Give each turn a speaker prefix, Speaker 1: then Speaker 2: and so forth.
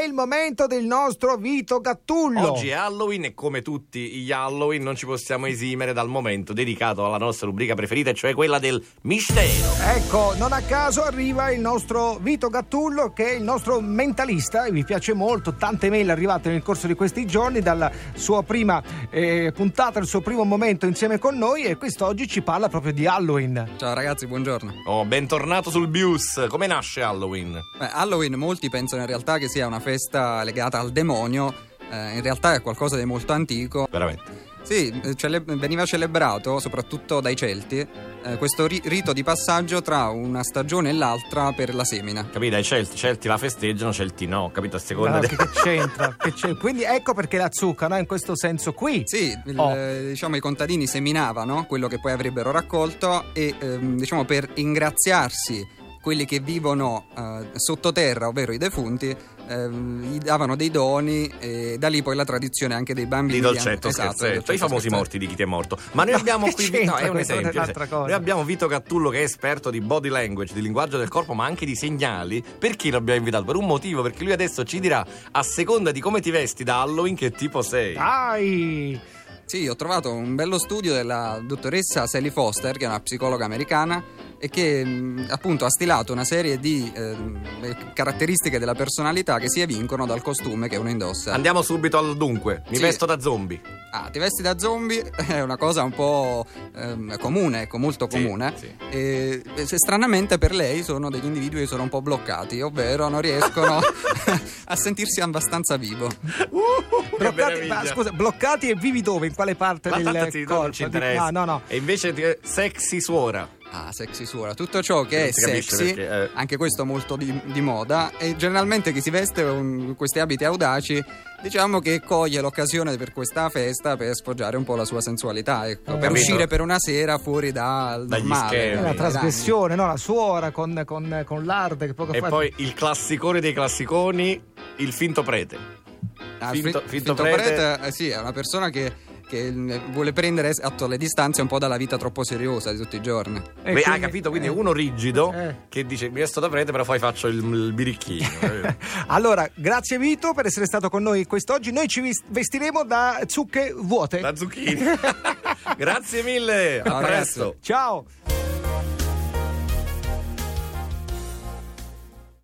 Speaker 1: il momento del nostro Vito Gattullo.
Speaker 2: Oggi è Halloween e come tutti gli Halloween non ci possiamo esimere dal momento dedicato alla nostra rubrica preferita, cioè quella del mistero.
Speaker 1: Ecco, non a caso arriva il nostro Vito Gattullo che è il nostro mentalista e mi piace molto, tante mail arrivate nel corso di questi giorni dalla sua prima eh, puntata, il suo primo momento insieme con noi e quest'oggi ci parla proprio di Halloween.
Speaker 3: Ciao ragazzi, buongiorno.
Speaker 2: Oh, bentornato sul Bius. Come nasce Halloween?
Speaker 3: Beh, Halloween molti pensano in realtà che sia una festa legata al demonio, eh, in realtà è qualcosa di molto antico.
Speaker 2: Veramente.
Speaker 3: Sì, eh, cele- veniva celebrato soprattutto dai Celti eh, questo ri- rito di passaggio tra una stagione e l'altra per la semina.
Speaker 2: Capito? I Celti, Celti la festeggiano, Celti no, capito? A seconda
Speaker 1: Ah,
Speaker 2: del-
Speaker 1: che, che c'entra? Che c'entra? Quindi ecco perché la zucca, no? In questo senso qui.
Speaker 3: Sì, il-
Speaker 1: Oh.
Speaker 3: eh, diciamo i contadini seminavano quello che poi avrebbero raccolto e ehm, diciamo per ingraziarsi quelli che vivono eh, sottoterra, ovvero i defunti, ehm, gli davano dei doni e da lì poi la tradizione anche dei bambini.
Speaker 2: Di dolcetto
Speaker 3: esatto,
Speaker 2: scherzetto,
Speaker 3: dolcetto
Speaker 2: i famosi
Speaker 3: scherzetto.
Speaker 2: morti di chi ti è morto. Ma noi abbiamo
Speaker 1: che
Speaker 2: qui
Speaker 1: c'entra?
Speaker 2: no, è un
Speaker 1: Questa è
Speaker 2: esempio. cioè,
Speaker 1: un'altra cosa.
Speaker 2: Noi abbiamo Vito Gattullo che è esperto di body language, di linguaggio del corpo, ma anche di segnali. Perché l'abbiamo invitato? Per un motivo, perché lui adesso ci dirà a seconda di come ti vesti da Halloween che tipo
Speaker 1: Ah,
Speaker 2: sei.
Speaker 1: Dai!
Speaker 3: Sì, ho trovato un bello studio della dottoressa Sally Foster, che è una psicologa americana e che mh, appunto ha stilato una serie di ehm, caratteristiche della personalità che si evincono dal costume che uno indossa.
Speaker 2: Andiamo subito al dunque. Mi
Speaker 3: Sì.
Speaker 2: vesto da zombie.
Speaker 3: Ah, ti vesti da zombie è una cosa un po' ehm, comune, ecco, molto
Speaker 2: Sì,
Speaker 3: comune.
Speaker 2: sì.
Speaker 3: E, eh, se stranamente per lei sono degli individui che sono un po' bloccati, ovvero non riescono a sentirsi abbastanza vivo.
Speaker 2: Uh, che
Speaker 1: Bloccati, ma,
Speaker 2: meraviglia.
Speaker 1: scusa, bloccati e vivi dove? In quale parte
Speaker 2: Ma
Speaker 1: del
Speaker 2: tanto sì, no,
Speaker 1: corpo?
Speaker 2: non ci
Speaker 1: Di-
Speaker 2: interessa.
Speaker 1: No, no, no.
Speaker 2: E invece ti- sexy suora.
Speaker 3: Ah, sexy suora, tutto ciò che
Speaker 2: Non
Speaker 3: è
Speaker 2: si capisce
Speaker 3: sexy,
Speaker 2: perché, eh.
Speaker 3: anche questo molto di, di moda, e generalmente chi si veste con questi abiti audaci, diciamo che coglie l'occasione per questa festa per sfoggiare un po' la sua sensualità, ecco, per
Speaker 2: Capito.
Speaker 3: uscire per una sera fuori dal
Speaker 2: Dagli
Speaker 3: normale.
Speaker 2: schemi.
Speaker 1: È
Speaker 2: Veramente,
Speaker 1: una
Speaker 3: dai.
Speaker 1: trasgressione, no? La suora con, con- con l'arte che poco
Speaker 2: E
Speaker 1: fa.
Speaker 2: poi il classicone dei classiconi, il finto prete.
Speaker 3: Ah,
Speaker 2: Finto-
Speaker 3: Fri-
Speaker 2: Finto
Speaker 3: Prete, eh, sì, è una persona che, che, mh, vuole prendere atto alle distanze un po' dalla vita troppo seriosa di tutti i giorni.
Speaker 1: E
Speaker 2: Beh, ah,
Speaker 1: quindi-
Speaker 2: capito? Quindi
Speaker 1: eh.
Speaker 2: è uno rigido
Speaker 1: Eh.
Speaker 2: che dice mi vesto da prete, però poi faccio il, il birichino. eh.
Speaker 1: Allora, grazie Vito per essere stato con noi quest'oggi. Noi ci vis- vestiremo da zucche vuote.
Speaker 2: La zucchina. Grazie mille, a
Speaker 3: Ciao, ragazzi.
Speaker 2: presto.
Speaker 1: Ciao!